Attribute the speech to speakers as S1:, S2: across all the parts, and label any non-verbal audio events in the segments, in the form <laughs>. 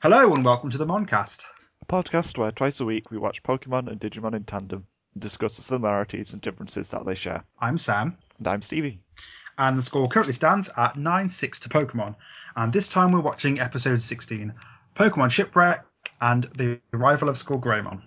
S1: Hello and welcome to the Moncast.
S2: a podcast where twice a week we watch Pokemon and Digimon in tandem and discuss the similarities and differences that they share.
S1: I'm Sam,
S2: And I'm Stevie.
S1: and the score currently stands at 9 6 to Pokemon. And this time we're watching episode 16 Pokemon Shipwreck and the Arrival of Skullgreymon.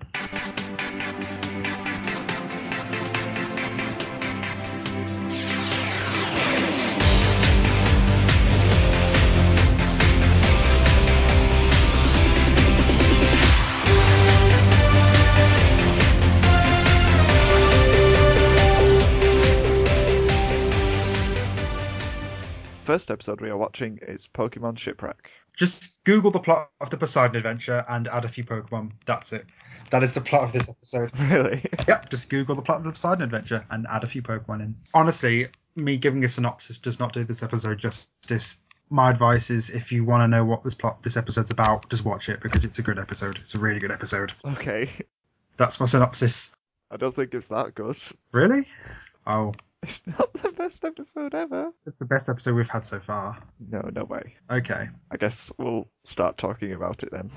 S2: First episode we are watching is Pokemon Shipwreck. <laughs>
S1: Just Google the plot of the Poseidon Adventure and add a few Pokemon. That's it. That is the plot of this episode.
S2: Really?
S1: Yep, just Google the plot of the Poseidon Adventure and add a few Pokemon in. Honestly, me giving a synopsis does not do this episode justice. My advice is if you want to know what this plot this episode's about, just watch it because it's a good episode. It's a really good episode.
S2: okay.
S1: That's my synopsis.
S2: I don't think it's that good. <laughs>
S1: Really? Oh,
S2: It's not the best episode ever.
S1: it's the best episode we've had so far.
S2: No, no way.
S1: Okay.
S2: I guess we'll start talking about it then.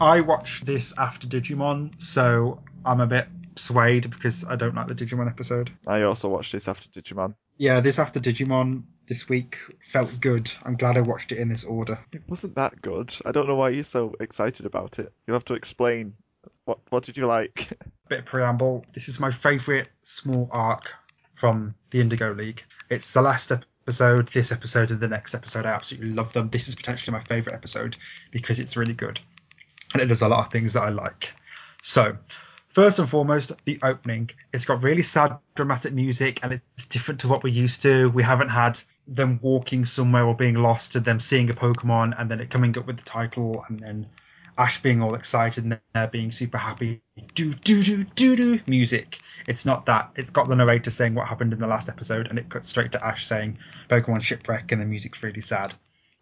S1: I watched this after Digimon, so I'm a bit swayed because I don't like the Digimon episode.
S2: I also watched this after Digimon.
S1: Yeah, this after Digimon this week felt good. I'm glad I watched it in this order.
S2: It wasn't that good. I don't know why you're so excited about it. You'll have to explain. What, what did you like? <laughs>
S1: bit of preamble. This is my favourite small arc from the Indigo League. It's the last episode, this episode, and the next episode. I absolutely love them. This is potentially my favourite episode because it's really good and it does a lot of things that I like. So, first and foremost, the opening. It's got really sad, dramatic music and it's different to what we're used to. We haven't had them walking somewhere or being lost and them seeing a Pokemon and then it coming up with the title and then Ash being all excited and they're being super happy. Do do do do do music. It's not that. It's got the narrator saying what happened in the last episode, and it cuts straight to Ash saying Pokemon shipwreck, and the music's really sad.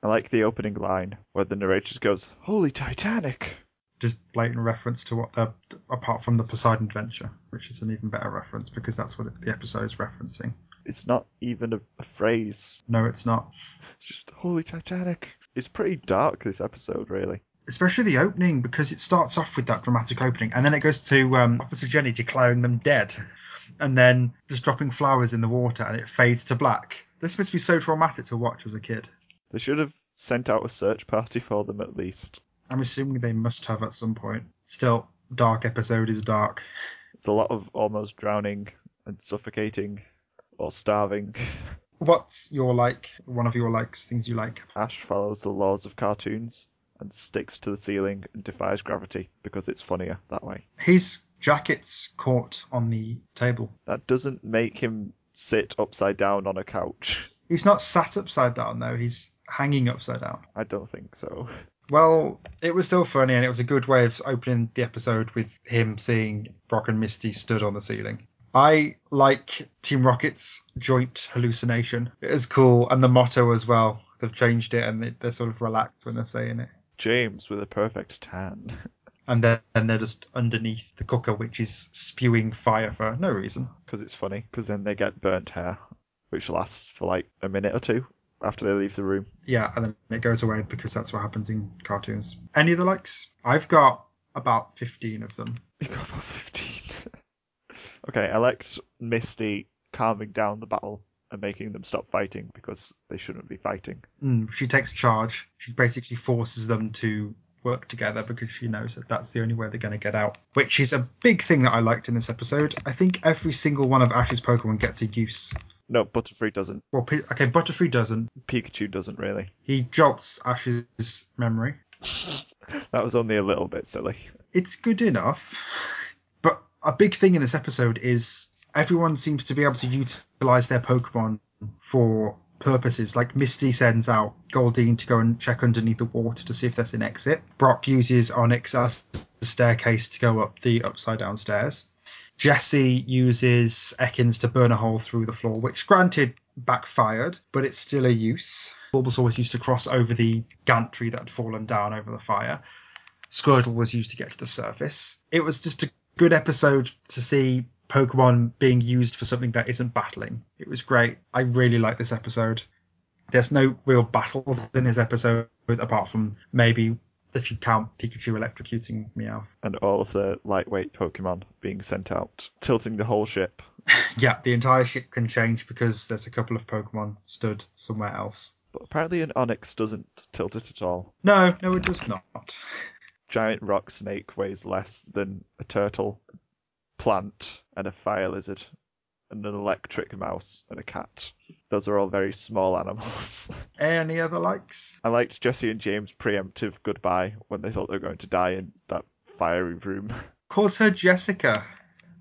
S2: I like the opening line where the narrator just goes, Holy Titanic!
S1: Just blatant reference to what the apart from the Poseidon adventure, which is an even better reference because that's what the episode's referencing.
S2: It's not even a, a phrase.
S1: No, it's not.
S2: It's just holy Titanic. It's pretty dark this episode, really.
S1: Especially the opening because it starts off with that dramatic opening, and then it goes to um, Officer Jenny declaring them dead, and then just dropping flowers in the water, and it fades to black. This supposed to be so traumatic to watch as a kid.
S2: They should have sent out a search party for them at least.
S1: I'm assuming they must have at some point. Still, dark episode is dark.
S2: It's a lot of almost drowning and suffocating or starving.
S1: What's your like? One of your likes, things you like?
S2: Ash follows the laws of cartoons and sticks to the ceiling and defies gravity because it's funnier that way.
S1: His jacket's caught on the table.
S2: That doesn't make him sit upside down on a couch.
S1: He's not sat upside down though. He's hanging upside down.
S2: I don't think so.
S1: Well, it was still funny, and it was a good way of opening the episode with him seeing Brock and Misty stood on the ceiling. I like Team Rocket's joint hallucination. It is cool, and the motto as well. They've changed it, and they- they're sort of relaxed when they're saying it.
S2: James with a perfect tan.
S1: and then and they're just underneath the cooker, which is spewing fire for no reason.
S2: because it's funny. Because then they get burnt hair, which lasts for like a minute or two after they leave the room. <laughs>
S1: Yeah, and then it goes away because that's what happens in cartoons. Any of the likes? I've got about fifteen of them.
S2: You got about fifteen. <laughs> okay, I liked Misty calming down the battle and making them stop fighting because they shouldn't be fighting.
S1: Mm, she takes charge. She basically forces them to work together because she knows that that's the only way they're going to get out, which is a big thing that I liked in this episode. I think every single one of Ash's Pokemon gets a use.
S2: No, Butterfree doesn't.
S1: Well, P- okay, Butterfree doesn't.
S2: Pikachu doesn't really.
S1: He jolts Ash's memory.
S2: That was only a little bit silly.
S1: it's good enough. But a big thing in this episode is everyone seems to be able to utilize their Pokemon for purposes. Like Misty sends out Goldeen to go and check underneath the water to see if there's an exit. Brock uses Onyx as the staircase to go up the upside down stairs. Jesse uses Ekans to burn a hole through the floor, which granted backfired, but it's still a use. Bulbasaur used to cross over the gantry that had fallen down over the fire. Squirtle was used to get to the surface. It was just a good episode to see Pokemon being used for something that isn't battling. It was great. I really like this episode. There's no real battles in this episode apart from maybe if you count Pikachu electrocuting Meowth.
S2: and all of the lightweight Pokemon being sent out, tilting the whole ship.
S1: Yeah, the entire ship can change because there's a couple of Pokemon stood somewhere else.
S2: But apparently, an Onyx doesn't tilt it at all.
S1: No, no, it does not.
S2: Giant rock snake weighs less than a turtle, plant, and a fire lizard, and an electric mouse and a cat. Those are all very small <laughs> animals.
S1: Any other likes?
S2: I liked Jesse and James' preemptive goodbye when they thought they were going to die in that fiery room. <laughs>
S1: Of course, her Jessica.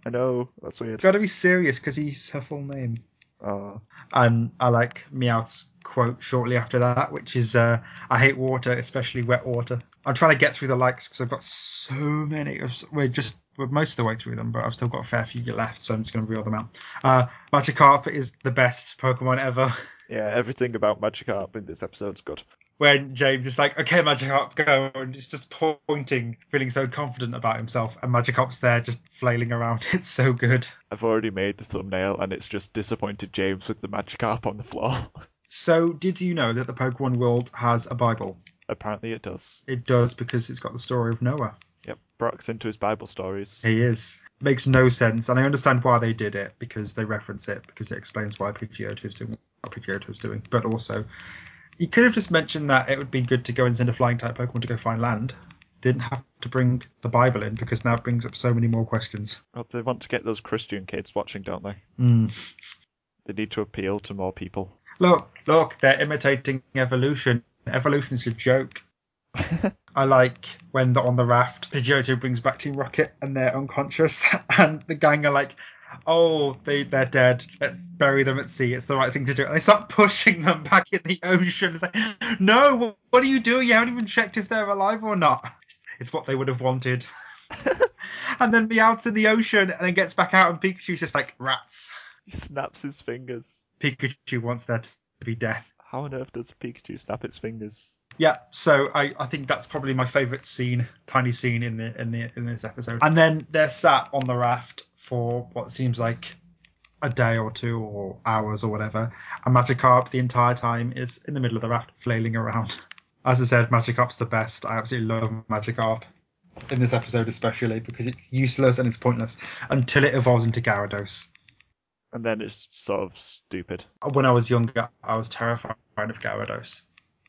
S2: I know that's weird.
S1: Gotta be serious because he's her full name.
S2: Oh,
S1: And I like Meowth's quote shortly after that, which is uh, I hate water, especially wet water. I'm trying to get through the likes because I've got so many. We're just we're most of the way through them, but I've still got a fair few left, so I'm just going to reel them out. Uh, Magikarp is the best Pokemon ever. <laughs>
S2: yeah, everything about Magikarp in this episode's good.
S1: When James is like, okay, Magikarp, go, and it's just pointing, feeling so confident about himself, and Magikarp's there just flailing around. <laughs> It's so good.
S2: I've already made the thumbnail, and it's just disappointed James with the Magikarp on the floor. <laughs>
S1: So, did you know that the Pokemon world has a Bible?
S2: Apparently, it does.
S1: It does because it's got the story of Noah.
S2: Yep, Brock's into his Bible stories.
S1: He is. Makes no sense, and I understand why they did it because they reference it because it explains why Pidgeotto is doing what Pidgeotto is doing. But also, you could have just mentioned that it would be good to go and send a flying type Pokemon to go find land. Didn't have to bring the Bible in because now it brings up so many more questions.
S2: Well, they want to get those Christian kids watching, don't they?
S1: Hmm.
S2: They need to appeal to more people.
S1: Look, look, they're imitating evolution. Evolution's a joke. I like when the, on the raft, Pidgeotto brings back Team Rocket and they're unconscious, <laughs> and the gang are like, oh, they, they're dead. Let's bury them at sea. It's the right thing to do. And they start pushing them back in the ocean. It's like, no, what are you doing? You haven't even checked if they're alive or not. <laughs> It's what they would have wanted. and then Meowth's in the ocean and then gets back out, and Pikachu's just like, rats.
S2: He snaps his fingers.
S1: Pikachu wants there to be death.
S2: How on earth does Pikachu snap its fingers?
S1: Yeah, so I, I think that's probably my favourite scene, tiny scene in the in the in this episode. And then they're sat on the raft for what seems like a day or two or hours or whatever. And Magikarp the entire time is in the middle of the raft flailing around. <laughs> As I said, Magikarp's the best. I absolutely love Magikarp in this episode especially because it's useless and it's pointless until it evolves into Gyarados.
S2: And then it's sort of stupid.
S1: when I was younger, I was terrified of Gyarados.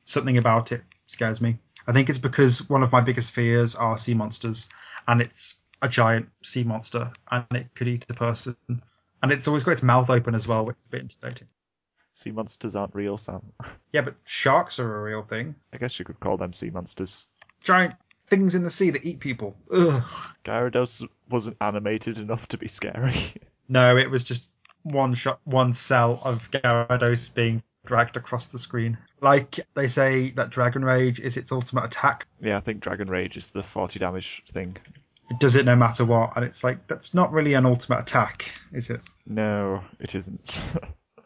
S1: Something about it scares me. I think it's because one of my biggest fears are sea monsters, and it's a giant sea monster, and it could eat a person. And it's always got its mouth open as well, which is a bit intimidating.
S2: Sea monsters aren't real, Sam.
S1: Yeah, but sharks are a real thing.
S2: I guess you could call them sea monsters.
S1: Giant things in the sea that eat people. Ugh.
S2: Gyarados wasn't animated enough to be scary. <laughs>
S1: No, it was just one shot, one cell of Gyarados being dragged across the screen. Like they say that Dragon Rage is its ultimate attack,
S2: yeah, I think Dragon Rage is the 40 damage thing.
S1: it does it no matter what, and it's like that's not really an ultimate attack, is it?
S2: No, it isn't. <laughs>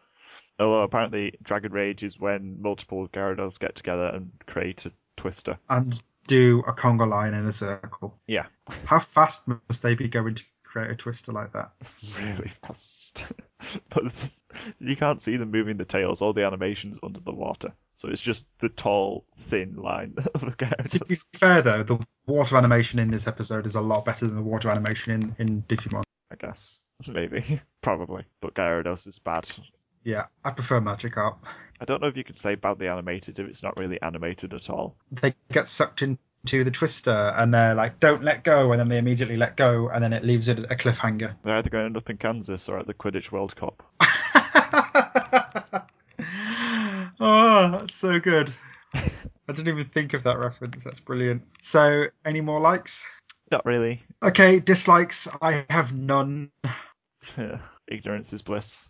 S2: Although apparently Dragon Rage is when multiple Gyarados get together and create a twister.
S1: And do a conga line in a circle.
S2: Yeah.
S1: How fast must they be going to create a twister like that?
S2: <laughs> Really fast. <laughs> but you can't see them moving the tails, all the animations under the water. So it's just the tall, thin line <laughs> of a
S1: <laughs> To be <laughs>
S2: Gyarados.
S1: fair though, the water animation in this episode is a lot better than the water animation in, in Digimon.
S2: I guess. Maybe. <laughs> Probably. But Gyarados is bad.
S1: Yeah, I prefer Magikarp.
S2: I don't know if you could say badly animated if it's not really animated at all.
S1: They get sucked into the twister and they're like, don't let go, and then they immediately let go, and then it leaves it at a cliffhanger.
S2: They're either going to end up in Kansas or at the Quidditch World Cup.
S1: oh, that's so good. I didn't even think of that reference. That's brilliant. So, any more likes?
S2: Not really. <laughs>
S1: Okay, dislikes. I have none.
S2: Ignorance is bliss.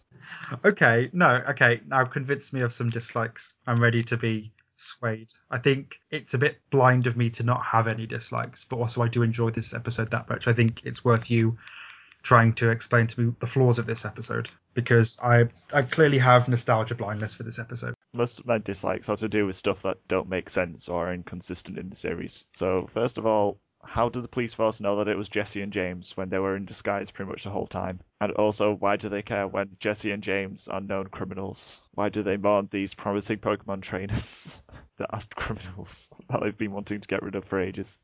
S1: Okay, no, okay. Now convince me of some dislikes. I'm ready to be swayed. I think it's a bit blind of me to not have any dislikes, but also I do enjoy this episode that much. I think it's worth you trying to explain to me the flaws of this episode because I I clearly have nostalgia blindness for this episode.
S2: Most of my dislikes are to do with stuff that don't make sense or are inconsistent in the series. So, first of all, How did the police force know that it was Jesse and James when they were in disguise pretty much the whole time? And also, why do they care when Jesse and James are known criminals? Why do they mourn these promising Pokemon trainers <laughs> that are criminals <laughs> that they've been wanting to get rid of for ages?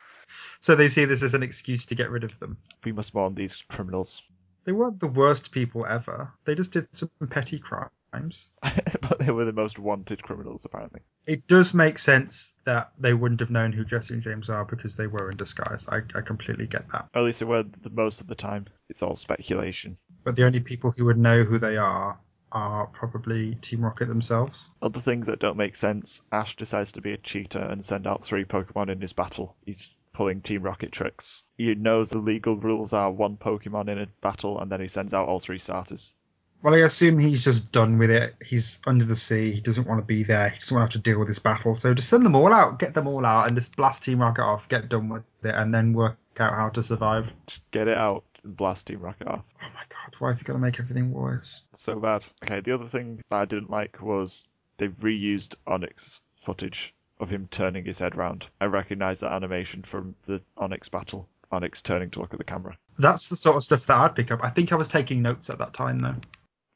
S1: So they see this as an excuse to get rid of them.
S2: We must mourn these criminals. <laughs>
S1: They weren't the worst people ever. They just did some petty crimes.
S2: but they were the most wanted criminals, apparently.
S1: It does make sense that they wouldn't have known who Jesse and James are because they were in disguise. I, I completely get that.
S2: Or at least they were the most of the time. It's all speculation.
S1: But the only people who would know who they are are probably Team Rocket themselves.
S2: Other things that don't make sense Ash decides to be a cheater and send out three Pokemon in his battle. He's pulling Team Rocket tricks. He knows the legal rules are one Pokemon in a battle, and then he sends out all three starters.
S1: Well, I assume he's just done with it. He's under the sea. He doesn't want to be there. He doesn't want to have to deal with this battle. So just send them all out, get them all out, and just blast Team Rocket off, get done with it, and then work out how to survive.
S2: Just get it out and blast Team Rocket off.
S1: Oh my god, why have you got to make everything worse?
S2: So bad. Okay, the other thing that I didn't like was they reused Onyx footage of him turning his head round. I recognise that animation from the Onyx battle. Onyx turning to look at the camera.
S1: That's the sort of stuff that I'd pick up. I think I was taking notes at that time, though.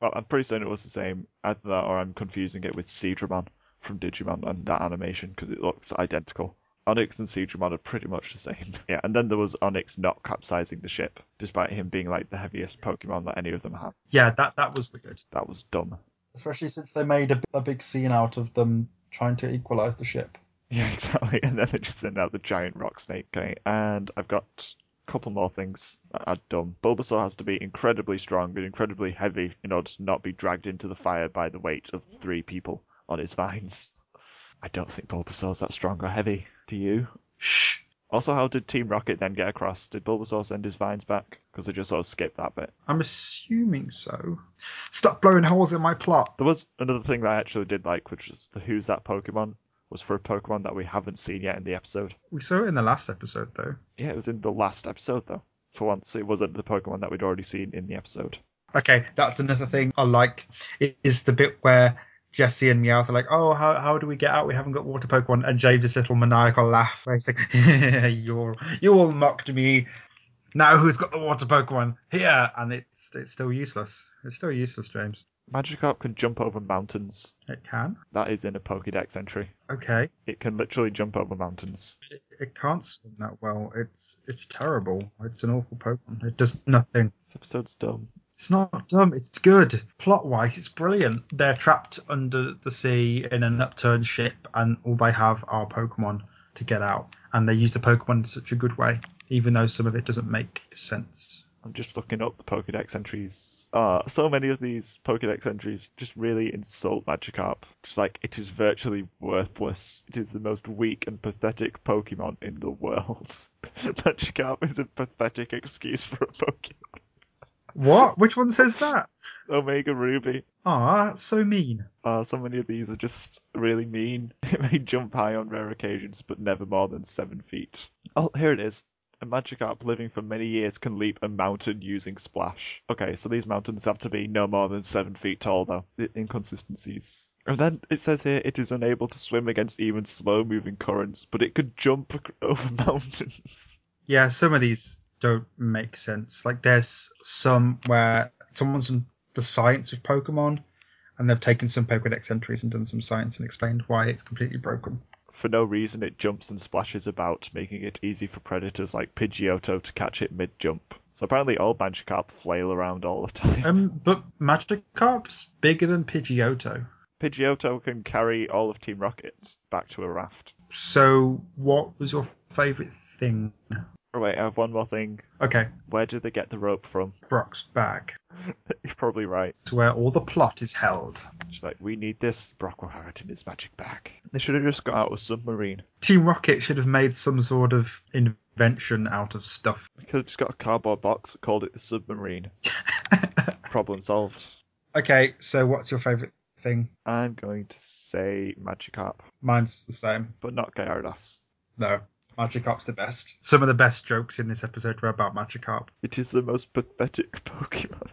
S2: Well, I'm pretty certain it was the same. Either that or I'm confusing it with Seedramon from Digimon and that animation because it looks identical. Onyx and Seedramon are pretty much the same. <laughs> Yeah, and then there was Onyx not capsizing the ship, despite him being like the heaviest Pokemon that any of them had.
S1: Yeah, that, that was weird.
S2: That was dumb.
S1: Especially since they made a, a big scene out of them trying to equalise the ship.
S2: <laughs> Yeah, exactly. And then they just send out the giant rock snake. Okay, and I've got a couple more things that are dumb. Bulbasaur has to be incredibly strong and incredibly heavy in order to not be dragged into the fire by the weight of three people on his vines. I don't think Bulbasaur's that strong or heavy. Do you?
S1: Shh.
S2: Also, how did Team Rocket then get across? Did Bulbasaur send his vines back? Because they just sort of skipped that bit.
S1: I'm assuming so. Stop blowing holes in my plot.
S2: There was another thing that I actually did like, which was the Who's That Pokemon? Was for a Pokemon that we haven't seen yet in the episode.
S1: We saw it in the last episode, though.
S2: Yeah, it was in the last episode, though. For once, it wasn't the Pokemon that we'd already seen in the episode.
S1: Okay, that's another thing I like is the bit where Jesse and Meowth are like, oh, how, how do we get out? We haven't got water Pokemon. And James' little maniacal laugh. Where he's like, <laughs> you all, you all mocked me. Now who's got the water Pokemon? Here! And it's, it's still useless. It's still useless, James.
S2: Magikarp can jump over mountains.
S1: It can.
S2: That is in a Pokedex entry.
S1: Okay.
S2: It can literally jump over mountains.
S1: It, it can't swim that well. It's it's terrible. It's an awful Pokemon. It does nothing.
S2: This episode's dumb.
S1: It's not dumb. It's good. Plot wise, it's brilliant. They're trapped under the sea in an upturned ship, and all they have are Pokemon to get out. And they use the Pokemon in such a good way, even though some of it doesn't make sense.
S2: I'm just looking up the Pokedex entries. Ah, so many of these Pokedex entries just really insult Magikarp. Just like, it is virtually worthless. It is the most weak and pathetic Pokemon in the world. <laughs> Magikarp is a pathetic excuse for a Pokemon.
S1: What? Which one says that?
S2: Omega Ruby.
S1: Aw, that's so mean.
S2: Ah, so many of these are just really mean. <laughs> It may jump high on rare occasions, but never more than seven feet. Oh, here it is. A Magikarp living for many years can leap a mountain using Splash. Okay, so these mountains have to be no more than seven feet tall, though. The inconsistencies. And then it says here it is unable to swim against even slow moving currents, but it could jump <laughs> ac- over mountains.
S1: Yeah, some of these don't make sense. Like there's some where someone's done the science of Pokemon, and they've taken some Pokedex entries and done some science and explained why it's completely broken.
S2: For no reason, it jumps and splashes about, making it easy for predators like Pidgeotto to catch it mid jump. So apparently, all Magikarp flail around all the time. <laughs>
S1: Um, but Magikarp's bigger than Pidgeotto.
S2: Pidgeotto can carry all of Team Rocket back to a raft.
S1: So, what was your favourite thing?
S2: Oh, wait, I have one more thing.
S1: Okay,
S2: Where did they get the rope from? <laughs>
S1: Brock's back
S2: You're probably right.
S1: to where all the plot is held.
S2: She's like, we need this. Brock will have it in his magic bag. They should have just got out a submarine.
S1: Team Rocket should have made some sort of invention out of stuff.
S2: They could have just got a cardboard box, called it the submarine. Problem solved.
S1: Okay, so what's your favourite thing?
S2: I'm going to say Magikarp,
S1: Mine's the same.
S2: but not Gyarados.
S1: No, Magikarp's the best. Some of the best jokes in this episode were about Magikarp.
S2: It is the most pathetic <laughs> Pokemon.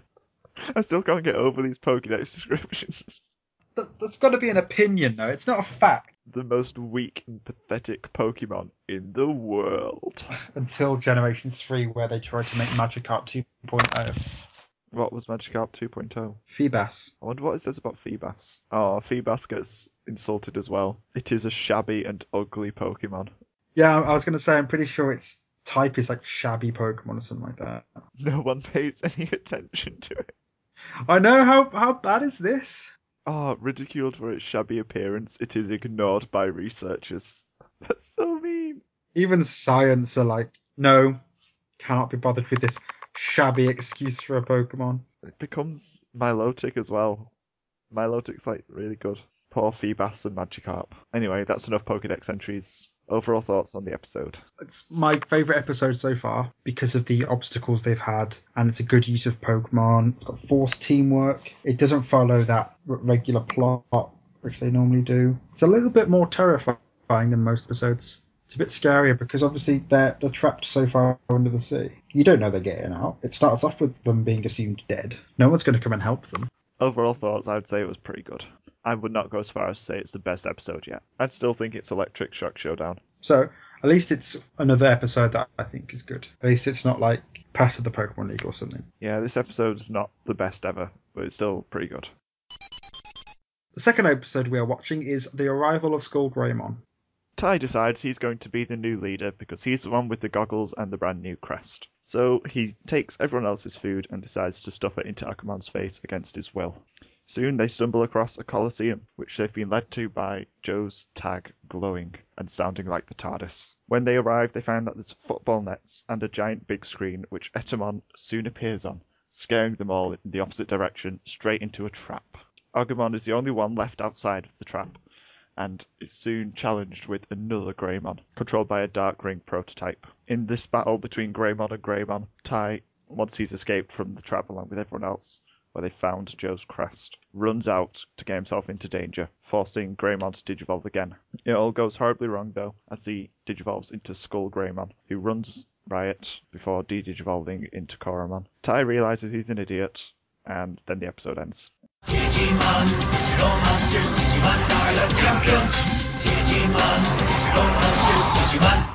S2: I still can't get over these Pokedex descriptions. <laughs>
S1: Th- That's got to be an opinion, though. It's not a fact.
S2: the most weak and pathetic Pokemon in the world.
S1: until Generation 3, where they tried to make Magikarp 2.0.
S2: What was Magikarp 2.0?
S1: Feebas.
S2: oh? I wonder what it says about Feebas. Oh, Feebas gets insulted as well. It is a shabby and ugly Pokemon. <laughs>
S1: Yeah, I was going to say, I'm pretty sure its type is like shabby Pokemon or something like that.
S2: No one pays any attention to it.
S1: I know, how, how bad is this?
S2: Oh, ridiculed for its shabby appearance, it is ignored by researchers. <laughs> That's so mean.
S1: Even science are like, no, cannot be bothered with this shabby excuse for a Pokemon.
S2: It becomes Milotic as well. Milotic's like really good. Poor Feebas and Magikarp. Anyway, that's enough Pokedex entries. Overall thoughts on the episode.
S1: It's my favourite episode so far because of the obstacles they've had, and it's a good use of Pokemon. It's got forced teamwork. It doesn't follow that r- regular plot, which they normally do. It's a little bit more terrifying than most episodes. It's a bit scarier because obviously they're, they're trapped so far under the sea. You don't know they're getting out. It starts off with them being assumed dead. No one's going to come and help them.
S2: Overall thoughts, I'd say it was pretty good. I would not go as far as to say it's the best episode yet. I'd still think it's Electric Shock Showdown.
S1: So at least it's another episode that I think is good. At least it's not like Pass of the Pokemon League or something.
S2: Yeah, this episode's not the best ever, but it's still pretty good.
S1: The second episode we are watching is The Arrival of Skull Greymon.
S2: Ty decides he's going to be the new leader because he's the one with the goggles and the brand new crest. So he takes everyone else's food and decides to stuff it into Akamon's face against his will. Soon they stumble across a coliseum, which they've been led to by Joe's tag glowing and sounding like the TARDIS. When they arrive, they find that there's football nets and a giant big screen, which Etamon soon appears on, scaring them all in the opposite direction straight into a trap. Agumon is the only one left outside of the trap, and is soon challenged with another Greymon, controlled by a Dark Ring prototype. In this battle between Greymon and Greymon, Tai, once he's escaped from the trap along with everyone else, where they found Joe's crest, runs out to get himself into danger, forcing Greymon to digivolve again. It all goes horribly wrong though, as he digivolves into Skull Greymon, who runs riot before de-digivolving into Koromon. Tai realizes he's an idiot, and then the episode ends. <laughs>
S3: Digimon, Digital Monsters, Digimon are the champions. Digimon, Digital Monsters, Digimon.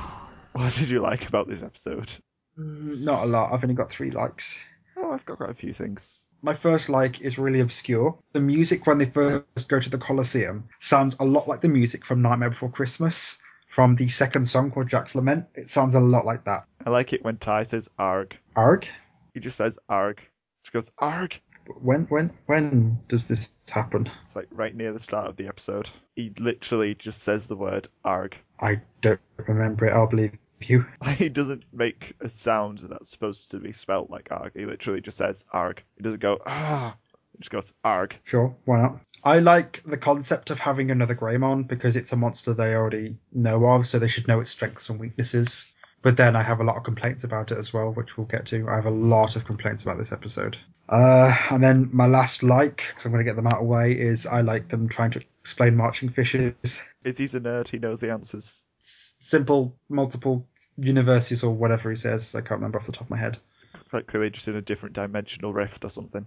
S2: What did you like about this episode?
S1: Mm, Not a lot. I've only got three likes.
S2: Oh, I've got quite a few things.
S1: My first like is really obscure. The music when they first go to the Colosseum sounds a lot like the music from Nightmare Before Christmas from the second song called Jack's Lament. It sounds a lot like that.
S2: I like it when Ty says arg.
S1: Arg?
S2: He just says arg. She goes arg.
S1: When when when does this happen?
S2: It's like right near the start of the episode. He literally just says the word arg. <laughs>
S1: I don't remember it. I'll believe you.
S2: Like, he doesn't make a sound that's supposed to be spelt like arg. He literally just says arg. He doesn't go ah. He just goes arg.
S1: Sure, why not? I like the concept of having another Greymon because it's a monster they already know of, so they should know its strengths and weaknesses. But then I have a lot of complaints about it as well, which we'll get to. I have a lot of complaints about this episode. Uh, and then my last like, because I'm going to get them out of the way, is I like them trying to explain marching fishes.
S2: Is he's a nerd? He knows the answers.
S1: S- simple, multiple universes or whatever he says. I can't remember off the top of my head.
S2: Like clearly just in a different dimensional rift or something.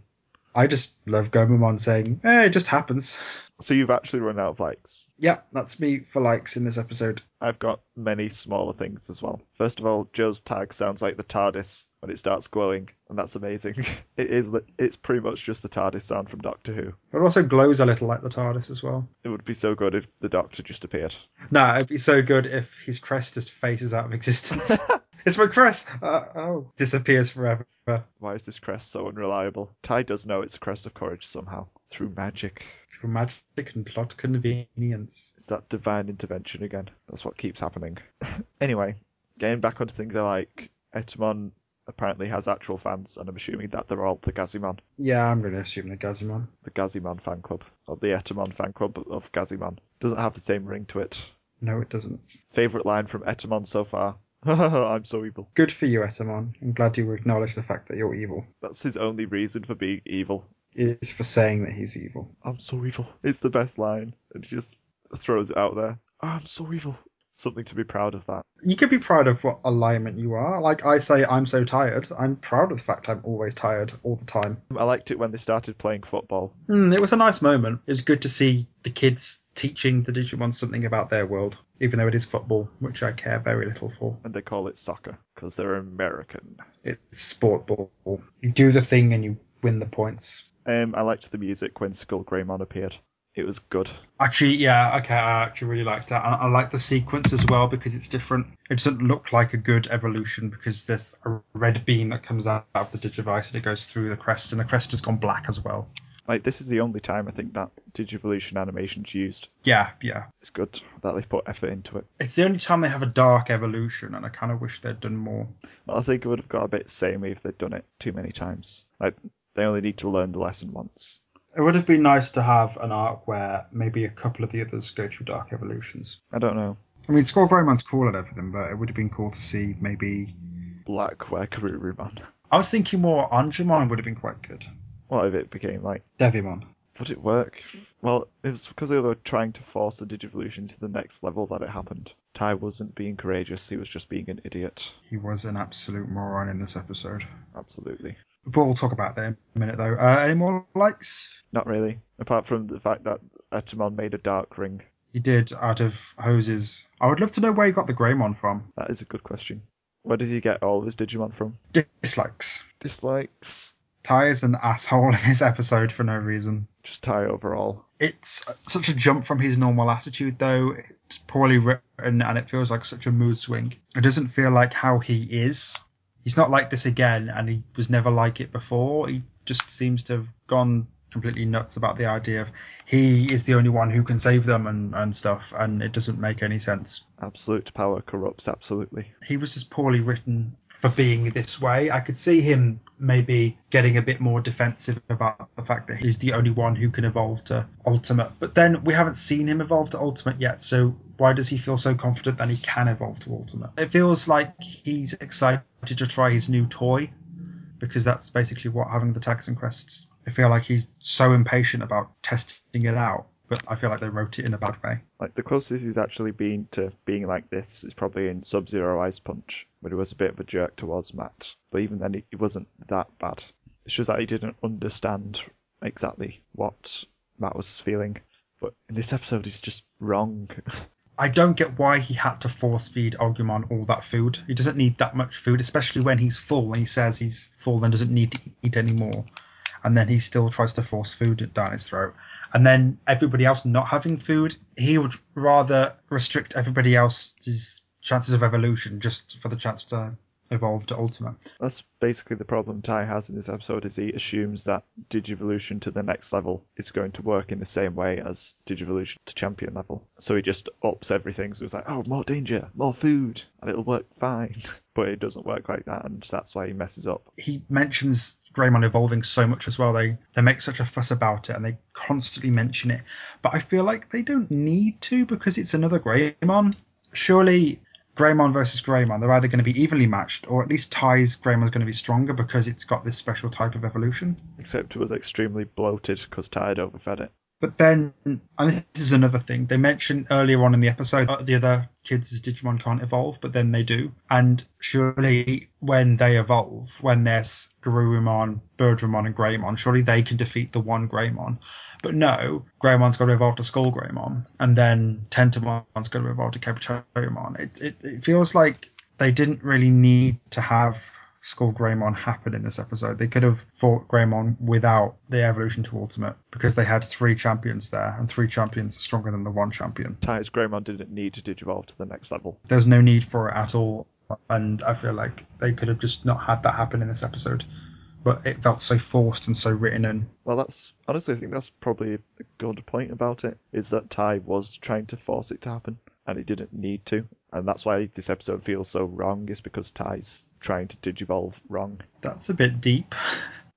S1: I just love Gomamon saying, eh, it just happens.
S2: So you've actually run out of likes.
S1: Yeah, that's me for likes in this episode.
S2: I've got many smaller things as well. First of all, Joe's tag sounds like the TARDIS when it starts glowing, and that's amazing. <laughs> it is. li- It's pretty much just the TARDIS sound from Doctor Who.
S1: It also glows a little like the TARDIS as well.
S2: It would be so good if the Doctor just appeared.
S1: No, it'd be so good if his crest just phases out of existence. it's my crest! Uh, oh, disappears forever.
S2: Why is this crest so unreliable? Ty does know it's a crest of courage somehow through magic.
S1: Through magic and plot convenience.
S2: It's that divine intervention again. That's what keeps happening. <laughs> anyway, getting back onto things I like, Etamon apparently has actual fans, and I'm assuming that they're all the Gazimon.
S1: Yeah, I'm going to assume the Gazimon.
S2: the Gazimon fan club, or the Etamon fan club of Gazimon. Doesn't have the same ring to it.
S1: No, it doesn't.
S2: Favourite line from Etamon so far. <laughs> I'm so evil.
S1: Good for you, Etamon. I'm glad you acknowledge the fact that you're evil.
S2: That's his only reason for being evil.
S1: It's for saying that he's evil.
S2: I'm so evil. It's the best line. And he just throws it out there. I'm so evil. something to be proud of that.
S1: You can be proud of what alignment you are. Like I say, I'm so tired. I'm proud of the fact I'm always tired all the time.
S2: I liked it when they started playing football.
S1: Mm, it was a nice moment. It was good to see the kids teaching the Digimon something about their world, even though it is football, which I care very little for.
S2: And they call it soccer because they're American.
S1: It's sport ball. You do the thing and you win the points.
S2: Um, I liked the music when Skull Greymon appeared. It was good.
S1: Actually, yeah, okay, I actually really liked that. I, I like the sequence as well because it's different. It doesn't look like a good evolution because there's a red beam that comes out of the Digivice and it goes through the crest, and the crest has gone black as well.
S2: Like this is the only time I think that Digivolution animation's used.
S1: Yeah, yeah.
S2: It's good that they've put effort into it.
S1: It's the only time they have a dark evolution, and I kind of wish they'd done more.
S2: But I think it would have got a bit samey if they'd done it too many times. Like they only need to learn the lesson once.
S1: It would have been nice to have an arc where maybe a couple of the others go through dark evolutions.
S2: I don't know.
S1: I mean, Score Greymon's cool and everything, but it would have been cool to see maybe.
S2: Blackware Karurumon.
S1: I was thinking more Anjumon would have been quite good.
S2: <laughs> What if it became like
S1: Devimon.
S2: would it work? Well, it was because they were trying to force the Digivolution to the next level that it happened. Ty wasn't being courageous, he was just being an idiot.
S1: He was an absolute moron in this episode.
S2: Absolutely.
S1: But we'll talk about that in a minute, though. Uh, any more likes?
S2: Not really. Apart from the fact that Atomon made a dark ring.
S1: He did out of hoses. I would love to know where he got the Greymon from.
S2: That is a good question. Where did he get all of his Digimon from?
S1: Dislikes.
S2: Dislikes.
S1: Ty is an asshole in this episode for no reason.
S2: Just Ty overall.
S1: It's such a jump from his normal attitude, though. It's poorly written and it feels like such a mood swing. It doesn't feel like how he is. He's not like this again, and he was never like it before. He just seems to have gone completely nuts about the idea of he is the only one who can save them and, and stuff, and it doesn't make any sense.
S2: Absolute power corrupts absolutely.
S1: He was just poorly written for being this way. I could see him maybe getting a bit more defensive about the fact that he's the only one who can evolve to ultimate. But then we haven't seen him evolve to ultimate yet, so why does he feel so confident that he can evolve to ultimate? It feels like he's excited to try his new toy because that's basically what having the tags and crests. I feel like he's so impatient about testing it out, but I feel like they wrote it in a bad way.
S2: Like the closest he's actually been to being like this is probably in Sub Zero Ice Punch, where he was a bit of a jerk towards Matt. But even then, it wasn't that bad. It's just that he didn't understand exactly what Matt was feeling. But in this episode, he's just wrong. <laughs>
S1: I don't get why he had to force feed Agumon all that food. He doesn't need that much food, especially when he's full and he says he's full and doesn't need to eat anymore. And then he still tries to force food down his throat. And then everybody else not having food, he would rather restrict everybody else's chances of evolution just for the chance to evolve to ultimate.
S2: That's basically the problem Ty has in this episode is he assumes that Digivolution to the next level is going to work in the same way as Digivolution to champion level. So he just ups everything. So it's like, oh, more danger, more food, and it'll work fine. <laughs> But it doesn't work like that, and that's why he messes up.
S1: He mentions Greymon evolving so much as well. They they make such a fuss about it and they constantly mention it. But I feel like they don't need to because it's another Greymon. Surely Greymon versus Greymon, they're either going to be evenly matched, or at least Ty's Greymon's going to be stronger because it's got this special type of evolution.
S2: Except it was extremely bloated because Ty had overfed it.
S1: But then, and this is another thing, they mentioned earlier on in the episode that the other kids' Digimon can't evolve, but then they do. And surely when they evolve, when there's Garurumon, Birdramon, and Greymon, surely they can defeat the one Greymon. But no, Greymon's got to evolve to Skull Greymon, and then Tentamon's got to evolve to Kabutorimon. It, it, it feels like they didn't really need to have Skull Greymon happen in this episode. They could have fought Greymon without the evolution to Ultimate because they had three champions there, and three champions are stronger than the one champion.
S2: Ty's Greymon didn't need to digivolve to the next level.
S1: There's no need for it at all, and I feel like they could have just not had that happen in this episode. But it felt so forced and so written in.
S2: Well, that's honestly, I think that's probably a good point about it is that Ty was trying to force it to happen and it didn't need to. And that's why this episode feels so wrong, is because Ty's trying to digivolve wrong.
S1: That's a bit deep.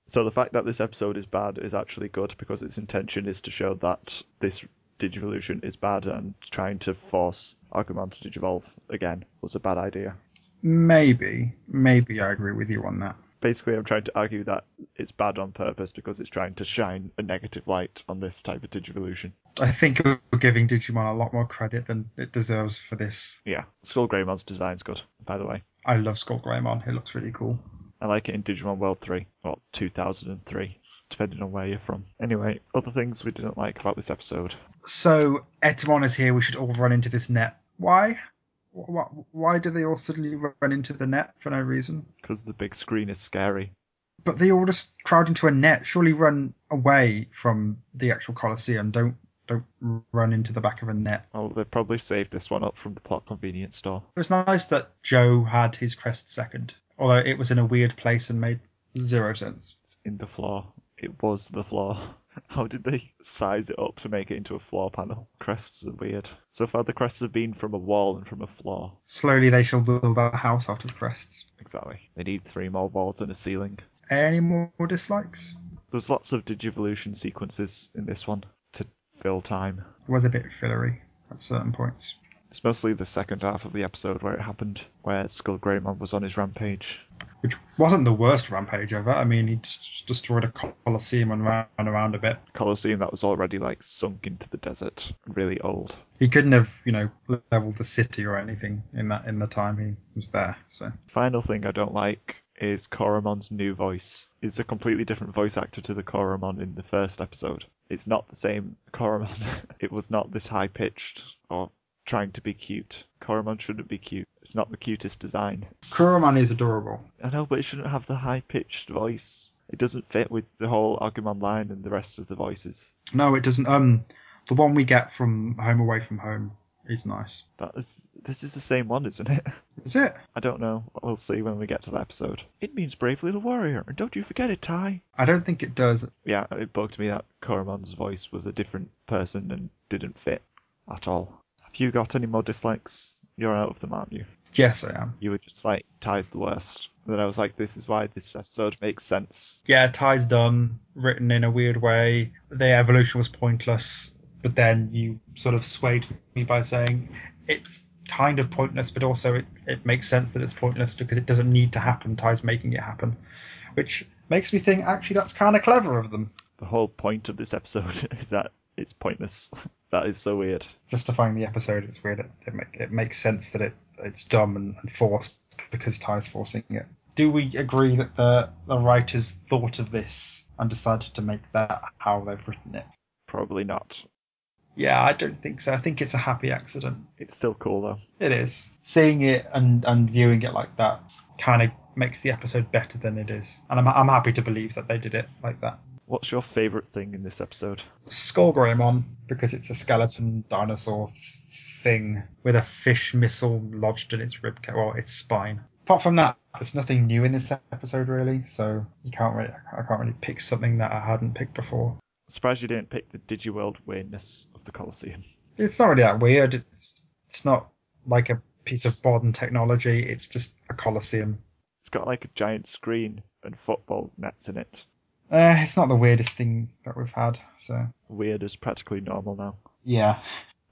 S2: So the fact that this episode is bad is actually good because its intention is to show that this digivolution is bad and trying to force Agumon to digivolve again was a bad idea.
S1: Maybe, maybe I agree with you on that.
S2: basically I'm trying to argue that it's bad on purpose because it's trying to shine a negative light on this type of digivolution.
S1: I think we're giving Digimon a lot more credit than it deserves for this.
S2: Yeah, Skull Greymon's design's good, by the way.
S1: I love Skull Greymon. It looks really cool.
S2: I like it in Digimon World 3, or 2003, depending on where you're from. Anyway, other things we didn't like about this episode.
S1: So Etamon is here. We should all run into this net. Why? Why, why do they all suddenly run into the net for no reason?
S2: Because the big screen is scary.
S1: But they all just crowd into a net. Surely run away from the actual Colosseum. Don't don't run into the back of a net.
S2: Well, they probably saved this one up from the plot convenience store.
S1: It was nice that Joe had his crest second, although it was in a weird place and made zero sense.
S2: It's in the floor. It was the floor. <laughs> How did they size it up to make it into a floor panel? Crests are weird. So far, the crests have been from a wall and from a floor.
S1: Slowly they shall build a house out of crests.
S2: Exactly. They need three more walls and a ceiling.
S1: Any more dislikes?
S2: There's lots of digivolution sequences in this one to fill time.
S1: It was a bit fillery at certain points.
S2: It's mostly the second half of the episode where it happened, where Skull Greymon was on his rampage.
S1: Which wasn't the worst rampage ever. I mean, he just destroyed a coliseum and ran around a bit.
S2: Colosseum that was already like sunk into the desert, really old.
S1: He couldn't have, you know, leveled the city or anything in that in the time he was there. So
S2: Final thing I don't like is Koromon's new voice. It's a completely different voice actor to the Koromon in the first episode. It's not the same Koromon. <laughs> it was not this high pitched or trying to be cute. Koromon shouldn't be cute. It's not the cutest design.
S1: Kuromon is adorable.
S2: I know, but it shouldn't have the high pitched voice. It doesn't fit with the whole Agumon line and the rest of the voices.
S1: No, it doesn't. Um, the one we get from Home Away from Home is nice.
S2: That is, this is the same one, isn't it? <laughs>
S1: Is it?
S2: I don't know. We'll see when we get to that episode. It means brave little warrior, and don't you forget it, Ty.
S1: I don't think it does.
S2: Yeah, it bugged me that Koromon's voice was a different person and didn't fit at all. Have you got any more dislikes? You're out of them, aren't you?
S1: Yes, I am.
S2: You were just like, Ty's the worst. And then I was like, this is why this episode makes sense.
S1: Yeah, Ty's done, written in a weird way. The evolution was pointless, but then you sort of swayed me by saying it's kind of pointless, but also it, it makes sense that it's pointless because it doesn't need to happen. Ty's making it happen, which makes me think actually that's kind of clever of them,
S2: The whole point of this episode <laughs> is that it's pointless. <laughs> that is so weird.
S1: justifying the episode. It's weird. It, it, make, it makes sense that it it's dumb and, and forced because Ty's forcing it. Do we agree that the the writers thought of this and decided to make that how they've written it?
S2: Probably not.
S1: Yeah, I don't think so. I think it's a happy accident.
S2: It's still cool though.
S1: It is. Seeing it and, and viewing it like that kind of makes the episode better than it is. And I'm, I'm happy to believe that they did it like that.
S2: What's your favourite thing in this episode?
S1: Skull Greymon, because it's a skeleton dinosaur thing with a fish missile lodged in its rib cage, well, its spine. Apart from that, there's nothing new in this episode really, so you can't really, I can't really pick something that I hadn't picked before.
S2: surprised you didn't pick the Digiworld weirdness of the Colosseum.
S1: It's not really that weird. It's, it's not like a piece of modern technology. It's just a coliseum
S2: It's got like a giant screen and football nets in it.
S1: Uh, it's not the weirdest thing that we've had, so
S2: Weird is practically normal now.
S1: yeah.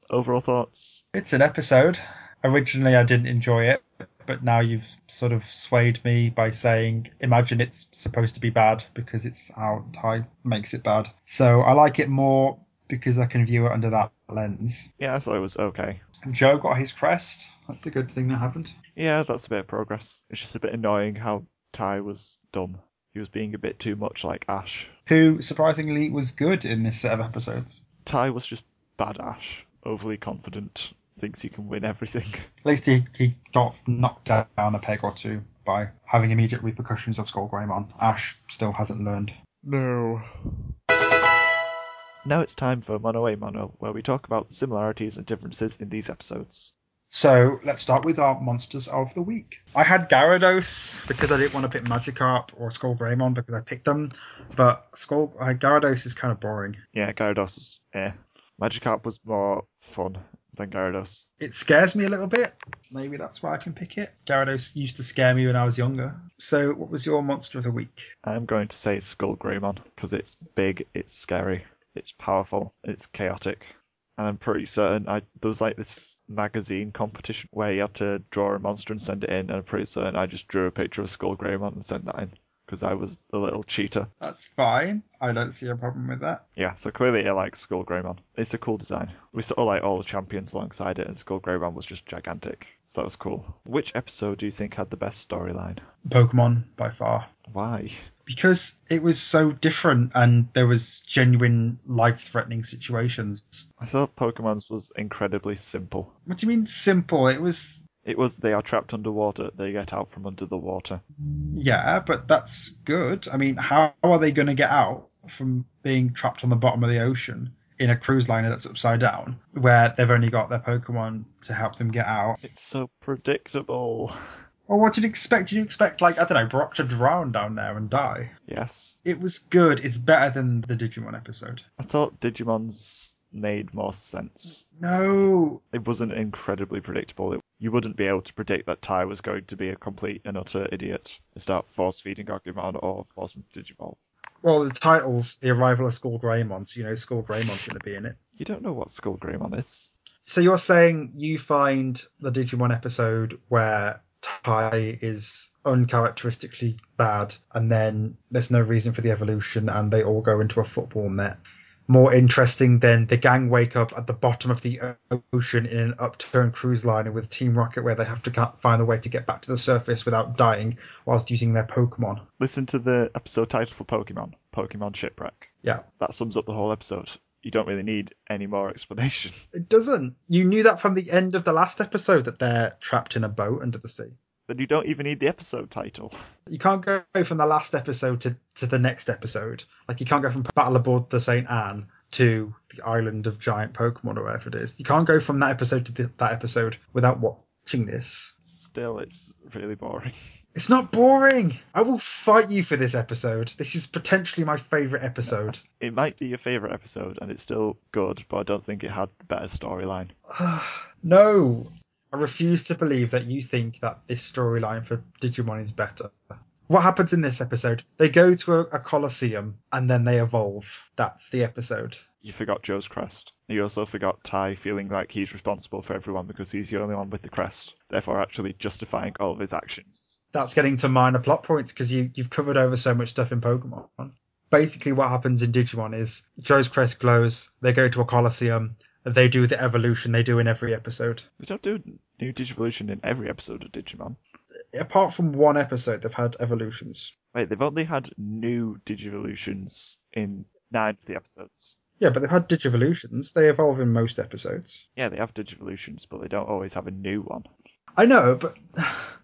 S2: Overall thoughts?
S1: It's an episode. Originally, I didn't enjoy it, but now you've sort of swayed me by saying, imagine it's supposed to be bad because it's how Ty makes it bad. So I like it more because I can view it under that lens.
S2: Yeah, I thought it was okay.
S1: Joe got his crest. That's a good thing that happened.
S2: Yeah, that's a bit of progress. It's just a bit annoying how Ty was dumb. He was being a bit too much like Ash.
S1: Who surprisingly was good in this set of episodes.
S2: Ty was just bad Ash, overly confident, thinks he can win everything. <laughs>
S1: At least he, he got knocked down a peg or two by having immediate repercussions of Skull Greymon. Ash still hasn't learned.
S2: No. Now it's time for Mono A Mono, where we talk about similarities and differences in these episodes.
S1: So let's start with our monsters of the week. I had Gyarados because I didn't want to pick Magikarp or Skull Greymon because I picked them, but Skull uh, Gyarados is kind of boring.
S2: Yeah, Gyarados was eh. Magikarp was more fun than Gyarados.
S1: It scares me a little bit. Maybe that's why I can pick it. Gyarados used to scare me when I was younger. So what was your monster of the week?
S2: I'm going to say Skull Greymon, because it's big, it's scary, it's powerful, it's chaotic. And I'm pretty certain I there was like this magazine competition where you had to draw a monster and send it in, and I'm pretty certain I just drew a picture of Skull Greymon and sent that in. because I was a little cheater.
S1: That's fine. I don't see a problem with that.
S2: Yeah, so clearly I like Skull Greymon. It's a cool design. We saw like all the champions alongside it, and Skull Greymon was just gigantic. So that was cool. Which episode do you think had the best storyline?
S1: Pokemon by far.
S2: Why?
S1: Because it was so different and there was genuine life threatening situations.
S2: I thought Pokemon's was incredibly simple.
S1: What do you mean simple? It was
S2: It was they are trapped underwater, they get out from under the water.
S1: yeah, but that's good. I mean, how are they going to get out from being trapped on the bottom of the ocean in a cruise liner that's upside down where they've only got their Pokemon to help them get out?
S2: It's so predictable.
S1: Well, what did you expect? Did you expect like I don't know, Brock to drown down there and die?
S2: Yes.
S1: It was good. It's better than the Digimon episode.
S2: I thought Digimon's made more sense.
S1: No,
S2: It wasn't incredibly predictable. It, you wouldn't be able to predict that Ty was going to be a complete and utter idiot and start force feeding Agumon or force him to Digivolve.
S1: Well, the title's The Arrival of Skull Greymon, so you know Skull Greymon's going to be in it.
S2: You don't know what Skull Greymon is.
S1: So you're saying you find the Digimon episode where Tai is uncharacteristically bad, and then there's no reason for the evolution, and they all go into a football net. More interesting than the gang wake up at the bottom of the o- ocean in an upturned cruise liner with Team Rocket, where they have to ca- find a way to get back to the surface without dying whilst using their Pokemon.
S2: Listen to the episode title for Pokemon Pokemon Shipwreck.
S1: Yeah.
S2: That sums up the whole episode. You don't really need any more explanation. <laughs>
S1: It doesn't. You knew that from the end of the last episode that they're trapped in a boat under the sea.
S2: Then you don't even need the episode title.
S1: You can't go from the last episode to, to the next episode. Like, you can't go from Battle aboard the St. Anne to the island of giant Pokemon or whatever it is. You can't go from that episode to th- that episode without watching this.
S2: Still, it's really boring. <laughs>
S1: It's not boring! I will fight you for this episode. This is potentially my favourite episode.
S2: It might be your favourite episode and it's still good, but I don't think it had the better storyline.
S1: no! I refuse to believe that you think that this storyline for Digimon is better. What happens in this episode? They go to a, a Colosseum and then they evolve. That's the episode.
S2: You forgot Joe's crest. You also forgot Ty feeling like he's responsible for everyone because he's the only one with the crest, therefore actually justifying all of his actions.
S1: that's getting to minor plot points because you, you've covered over so much stuff in Pokemon. Basically, what happens in Digimon is Joe's crest glows, they go to a Colosseum, they do the evolution they do in every episode.
S2: We don't do new Digivolution in every episode of Digimon.
S1: Apart from one episode, they've had evolutions.
S2: Wait, they've only had new Digivolutions in nine of the episodes.
S1: Yeah, but they've had Digivolutions, they evolve in most episodes.
S2: Yeah, they have Digivolutions, but they don't always have a new one.
S1: I know, but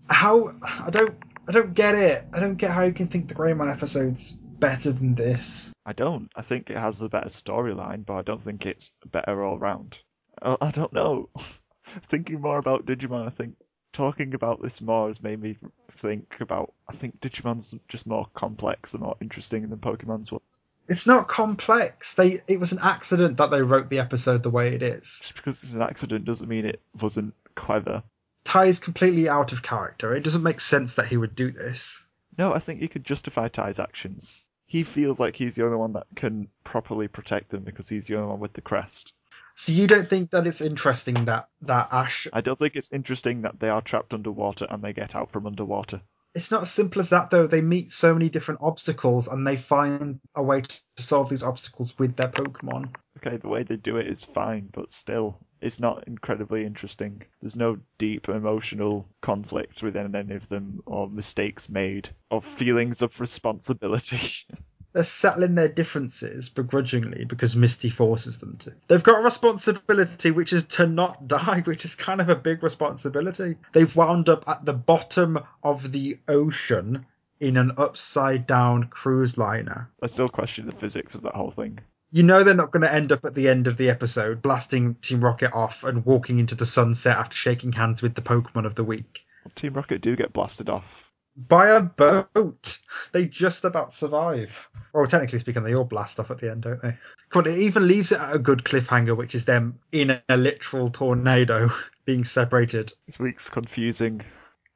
S1: how I don't I don't get it. I don't get how you can think the Greymon episode's better than this.
S2: I don't. I think it has a better storyline, but I don't think it's better all round. Oh, I, I don't know. <laughs> Thinking more about Digimon, I think talking about this more has made me think about. I think Digimon's just more complex and more interesting than Pokemon's was.
S1: It's not complex. They it was an accident that they wrote the episode the way it is.
S2: Just because it's an accident doesn't mean it wasn't clever.
S1: Ty is completely out of character. It doesn't make sense that he would do this.
S2: No, I think you could justify Ty's actions. He feels like he's the only one that can properly protect them because he's the only one with the crest.
S1: So you don't think that it's interesting that that Ash?
S2: I don't think it's interesting that they are trapped underwater and they get out from underwater.
S1: It's not as simple as that though. They meet so many different obstacles and they find a way to solve these obstacles with their Pokemon.
S2: Okay, the way they do it is fine, but still, it's not incredibly interesting. There's no deep emotional conflict within any of them, or mistakes made, or feelings of responsibility. <laughs>
S1: They're settling their differences begrudgingly because Misty forces them to. They've got a responsibility which is to not <laughs> die, which is kind of a big responsibility. They've wound up at the bottom of the ocean in an upside down cruise liner.
S2: I still question the physics of that whole thing.
S1: you know they're not going to end up at the end of the episode blasting Team Rocket off and walking into the sunset after shaking hands with the Pokemon of the week.
S2: Well, Team Rocket do get blasted off.
S1: By a boat! They just about survive. Well, technically speaking, they all blast off at the end, don't they? Come on, it even leaves it at a good cliffhanger, which is them in a literal tornado <laughs> being separated.
S2: This week's confusing.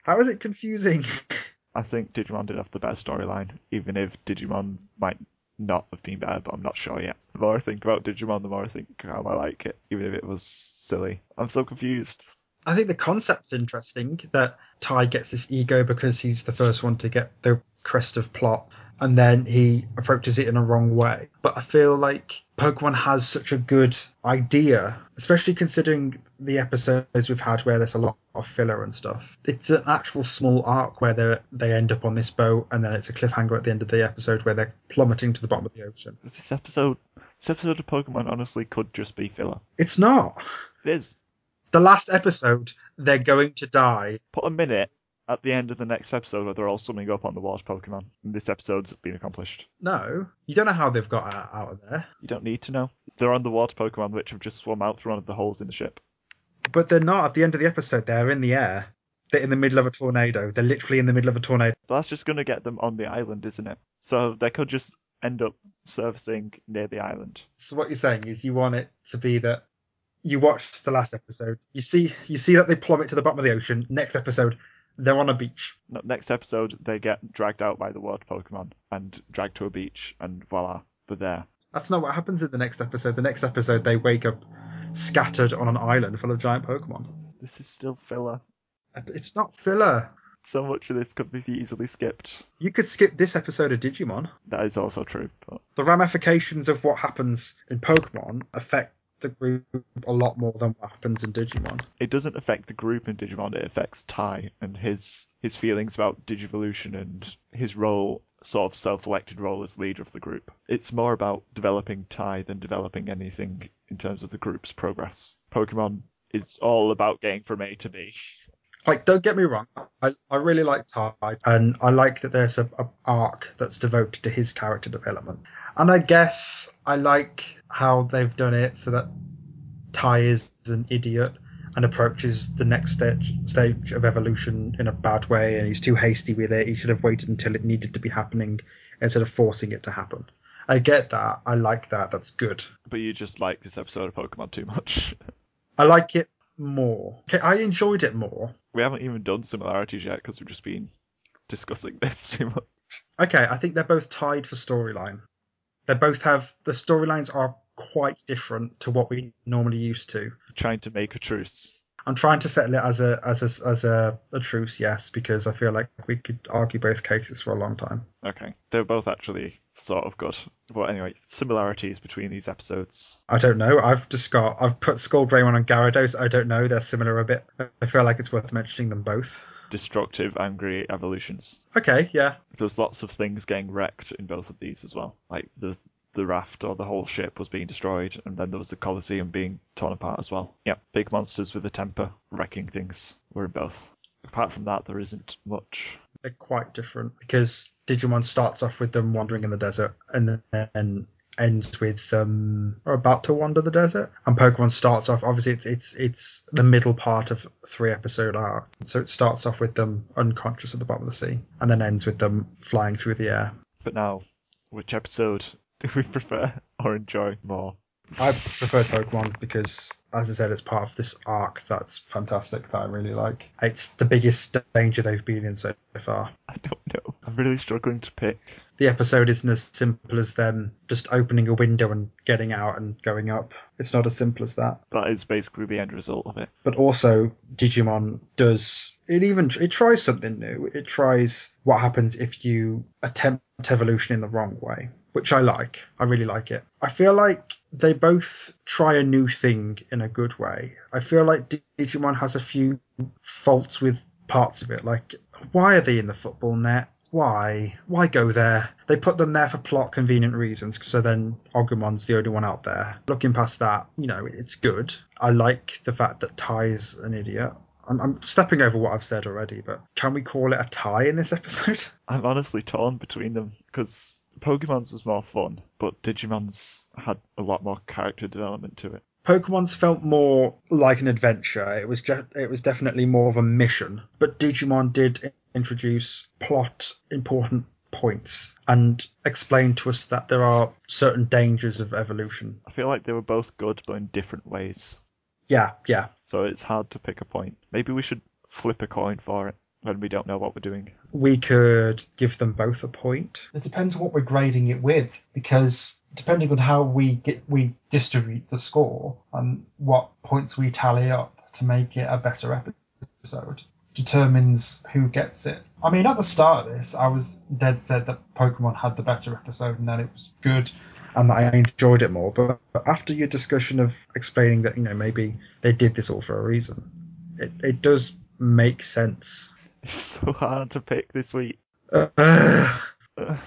S1: How is it confusing?
S2: I think Digimon did have the best storyline, even if Digimon might not have been better, but I'm not sure yet. The more I think about Digimon, the more I think how I like it, even if it was silly. I'm so confused.
S1: I think the concept's interesting that Ty gets this ego because he's the first one to get the crest of plot, and then he approaches it in a wrong way. But I feel like Pokemon has such a good idea, especially considering the episodes we've had where there's a lot of filler and stuff. It's an actual small arc where they they end up on this boat, and then it's a cliffhanger at the end of the episode where they're plummeting to the bottom of the ocean.
S2: This episode, this episode of Pokemon honestly could just be filler.
S1: It's not.
S2: It is.
S1: The last episode, they're going to die.
S2: Put a minute at the end of the next episode where they're all summing up on the water Pokemon. And this episode's been accomplished.
S1: No, you don't know how they've got out- out of there.
S2: You don't need to know. They're on the water Pokemon which have just swum out through one of the holes in the ship.
S1: But they're not at the end of the episode. They're in the air. They're in the middle of a tornado. They're literally in the middle of a tornado.
S2: But that's just going to get them on the island, isn't it? So they could just end up surfacing near the island.
S1: So what you're saying is you want it to be that you watch the last episode, you see you see that they plummet to the bottom of the ocean. Next episode, they're on a beach.
S2: No, Next episode, they get dragged out by the water Pokemon and dragged to a beach, and voila, they're there.
S1: That's not what happens in the next episode. The next episode, they wake up scattered on an island full of giant Pokemon.
S2: This is still filler.
S1: It's not filler.
S2: So much of this could be easily skipped.
S1: You could skip this episode of Digimon.
S2: That is also true, but
S1: The ramifications of what happens in Pokemon affect the group a lot more than what happens in Digimon.
S2: it doesn't affect the group in Digimon. It affects Tai and his his feelings about Digivolution and his role, sort of self-elected role as leader of the group. It's more about developing Tai than developing anything in terms of the group's progress. Pokemon is all about getting from A to B. <laughs>
S1: Like, don't get me wrong. I, I really like Tide, and I like that there's a, a arc that's devoted to his character development. And I guess I like how they've done it so that Ty is an idiot and approaches the next stage stage of evolution in a bad way, and he's too hasty with it. He should have waited until it needed to be happening instead of forcing it to happen. I get that. I like that. That's good.
S2: But you just like this episode of Pokemon too much. <laughs>
S1: I like it more. Okay, I enjoyed it more.
S2: we haven't even done similarities yet because we've just been discussing <laughs> this too much.
S1: Okay, I think they're both tied for storyline. They both have the storylines are quite different to what we normally used to.
S2: Trying to make a truce.
S1: I'm trying to settle it as a as a, as a, a truce, yes, because I feel like we could argue both cases for a long time.
S2: Okay, they're both actually sort of good. But anyway, similarities between these episodes.
S1: I don't know. I've just got I've put Skullbrain on Gyarados. I don't know. They're similar a bit. I feel like it's worth mentioning them both.
S2: destructive, angry evolutions.
S1: Okay, yeah.
S2: There's lots of things getting wrecked in both of these as well. Like there's the raft or the whole ship was being destroyed, and then there was the Colosseum being torn apart as well. Yeah, big monsters with a temper wrecking things were in both. Apart from that, there isn't much.
S1: They're quite different because Digimon starts off with them wandering in the desert and then ends with them are about to wander the desert. And Pokemon starts off obviously it's it's it's the middle part of three episode arc. So it starts off with them unconscious at the bottom of the sea and then ends with them flying through the air.
S2: But now, which episode <laughs> do we prefer or enjoy more?
S1: I prefer Pokemon because as I said it's part of this arc that's fantastic that I really like. It's the biggest danger they've been in so far.
S2: I don't know. I'm really struggling to pick.
S1: the episode isn't as simple as them just opening a window and getting out and going up. It's not as simple as that.
S2: That is basically the end result of it.
S1: But also, Digimon does it even it tries something new. It tries what happens if you attempt evolution in the wrong way, which I like. I really like it. I feel like they both try a new thing in a good way. I feel like Digimon has a few faults with parts of it, like why are they in the football net? Why? Why go there? They put them there for plot convenient reasons, so then Ogumon's the only one out there. Looking past that, you know, it's good. I like the fact that Ty's an idiot. I'm, I'm stepping over what I've said already, but can we call it a tie in this episode? <laughs>
S2: I'm honestly torn between them because Pokemon's was more fun, but Digimon's had a lot more character development to it.
S1: Pokemon's felt more like an adventure. It was just, it was definitely more of a mission. But Digimon did introduce plot important points and explain to us that there are certain dangers of evolution.
S2: I feel like they were both good, but in different ways.
S1: Yeah, yeah.
S2: So it's hard to pick a point. Maybe we should flip a coin for it when we don't know what we're doing. <laughs>
S1: We could give them both a point. It depends what we're grading it with, because depending on how we get we distribute the score and what points we tally up to make it a better episode determines who gets it. I mean, at the start of this, I was dead set that Pokemon had the better episode and that it was good and that I enjoyed it more. But, but after your discussion of explaining that, you know, maybe they did this all for a reason, it, it does make sense.
S2: It's so hard to pick this week.
S1: Ugh.
S2: Ugh.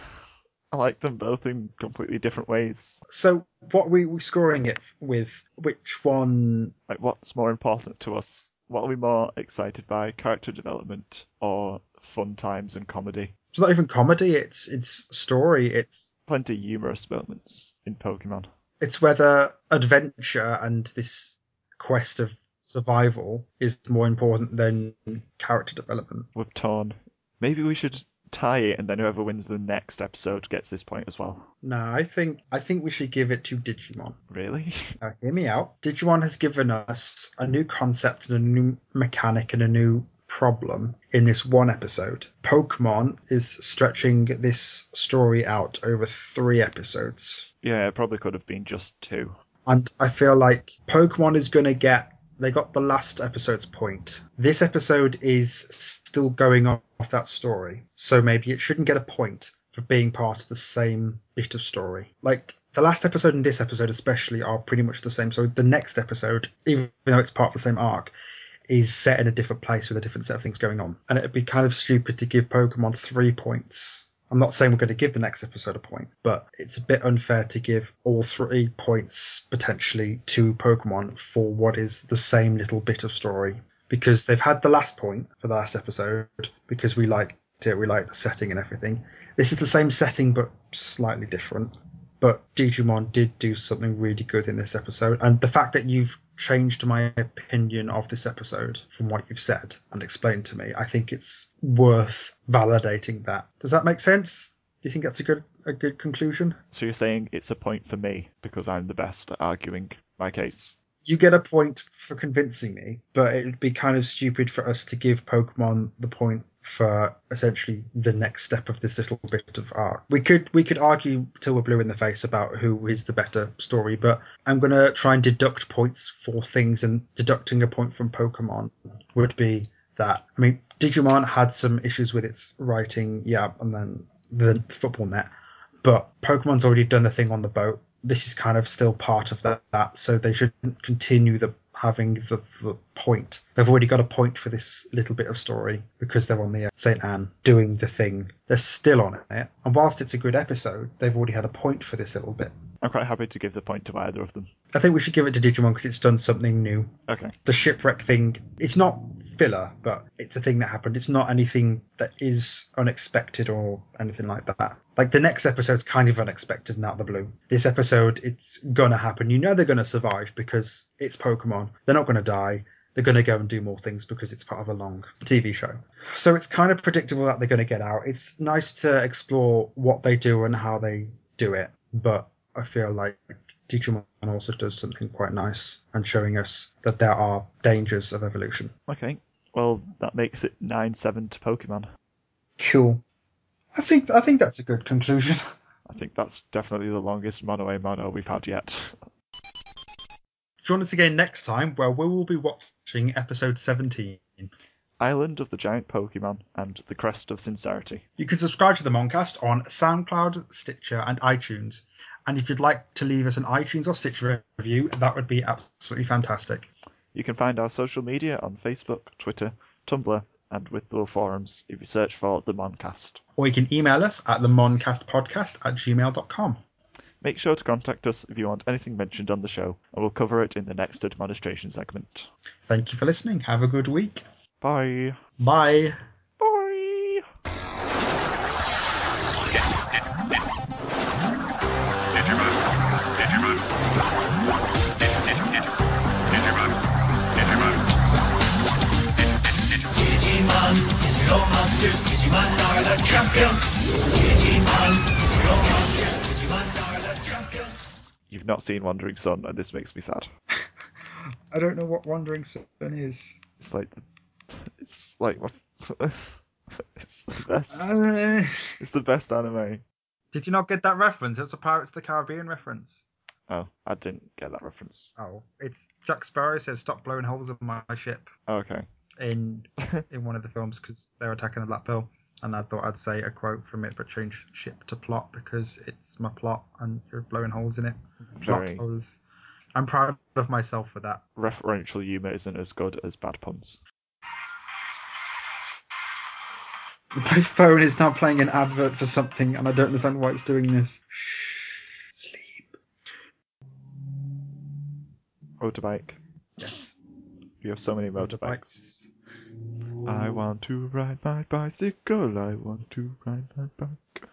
S2: I like them both in completely different ways.
S1: so, what are we scoring it with? Which one?
S2: Like, what's more important to us? What are we more excited by? Character development or fun times and comedy?
S1: It's not even comedy. It's it's story. It's
S2: Plenty of humorous moments in Pokemon.
S1: it's whether adventure and this quest of survival is more important than character development.
S2: We're torn. Maybe we should tie it and then whoever wins the next episode gets this point as well.
S1: No, I think I think we should give it to Digimon.
S2: Really? <laughs>
S1: Now, hear me out. Digimon has given us a new concept and a new mechanic and a new problem in this one episode. Pokemon is stretching this story out over three episodes.
S2: yeah, it probably could have been just two.
S1: And I feel like Pokemon is going to get. They got the last episode's point. This episode is still going off that story. So maybe it shouldn't get a point for being part of the same bit of story. Like, the last episode and this episode, especially, are pretty much the same. So the next episode, even though it's part of the same arc, is set in a different place with a different set of things going on. And it'd be kind of stupid to give Pokemon three points. I'm not saying we're going to give the next episode a point, but it's a bit unfair to give all three points potentially to Pokemon for what is the same little bit of story. Because they've had the last point for the last episode because we liked it, we liked the setting and everything. This is the same setting but slightly different. But Digimon did do something really good in this episode, and the fact that you've changed my opinion of this episode from what you've said and explained to me, I think it's worth validating that. Does that make sense? Do you think that's a good a good conclusion?
S2: So you're saying it's a point for me because I'm the best at arguing my case.
S1: You get a point for convincing me, but it would be kind of stupid for us to give Pokemon the point for essentially the next step of this little bit of art. We could we could argue till we're blue in the face about who is the better story, but I'm gonna try and deduct points for things, and deducting a point from Pokemon would be that. I mean, Digimon had some issues with its writing, yeah, and then the football net, but Pokemon's already done the thing on the boat. This is kind of still part of that, that so they shouldn't continue the having the, the point. They've already got a point for this little bit of story because they're on the uh, St. Anne doing the thing. They're still on it, and whilst it's a good episode, they've already had a point for this little bit.
S2: I'm quite happy to give the point to either of them.
S1: I think we should give it to Digimon because it's done something new.
S2: Okay.
S1: The shipwreck thing, it's not filler, but it's a thing that happened. It's not anything that is unexpected or anything like that. Like the next episode's kind of unexpected and out of the blue. This episode, it's gonna happen. You know they're gonna survive because it's Pokemon. They're not gonna die. They're gonna go and do more things because it's part of a long TV show. So it's kind of predictable that they're gonna get out. It's nice to explore what they do and how they do it, but I feel like Digimon also does something quite nice and showing us that there are dangers of evolution.
S2: Okay. Well, that makes it 9 7 to Pokemon.
S1: Cool. I think I think that's a good conclusion. <laughs>
S2: I think that's definitely the longest mono a mono we've had yet.
S1: Join us again next time where we will be watching episode 17.
S2: Island of the Giant Pokemon and the Crest of Sincerity.
S1: You can subscribe to the Moncast on SoundCloud, Stitcher, and iTunes. And if you'd like to leave us an iTunes or Stitcher review, that would be absolutely fantastic.
S2: You can find our social media on Facebook, Twitter, Tumblr, and with the forums if you search for The Moncast.
S1: Or you can email us at the moncastpodcast at gmail.com.
S2: Make sure to contact us if you want anything mentioned on the show, and we'll cover it in the next administration segment.
S1: Thank you for listening. Have a good week.
S2: Bye.
S1: Bye.
S2: Bye.
S3: Digimon, digital monsters, Digimon are the champions. Digimon, digital monsters, Digimon are the champions.
S2: You've not seen Wandering Sun, and this makes me sad.
S1: I don't know what Wandering Sun is.
S2: It's like the, it's like my, <laughs> it's the best.
S1: Uh,
S2: It's the best anime.
S1: did you not get that reference? It's a Pirates of the Caribbean reference.
S2: Oh, I didn't get that reference.
S1: Oh, it's Jack Sparrow says, "Stop blowing holes in my ship."
S2: Oh, Okay.
S1: In in one of the films because they're attacking the Black Pearl. and I thought I'd say a quote from it, but change ship to plot because it's my plot, and you're blowing holes in it. Plot
S2: Very
S1: holes. I'm proud of myself for that.
S2: referential humor isn't as good as bad puns.
S1: My phone is now playing an advert for something, and I don't understand why it's doing this. Shh. Sleep.
S2: Motorbike.
S1: Yes.
S2: You have so many motorbikes. I want to ride my bicycle. I want to ride my bike.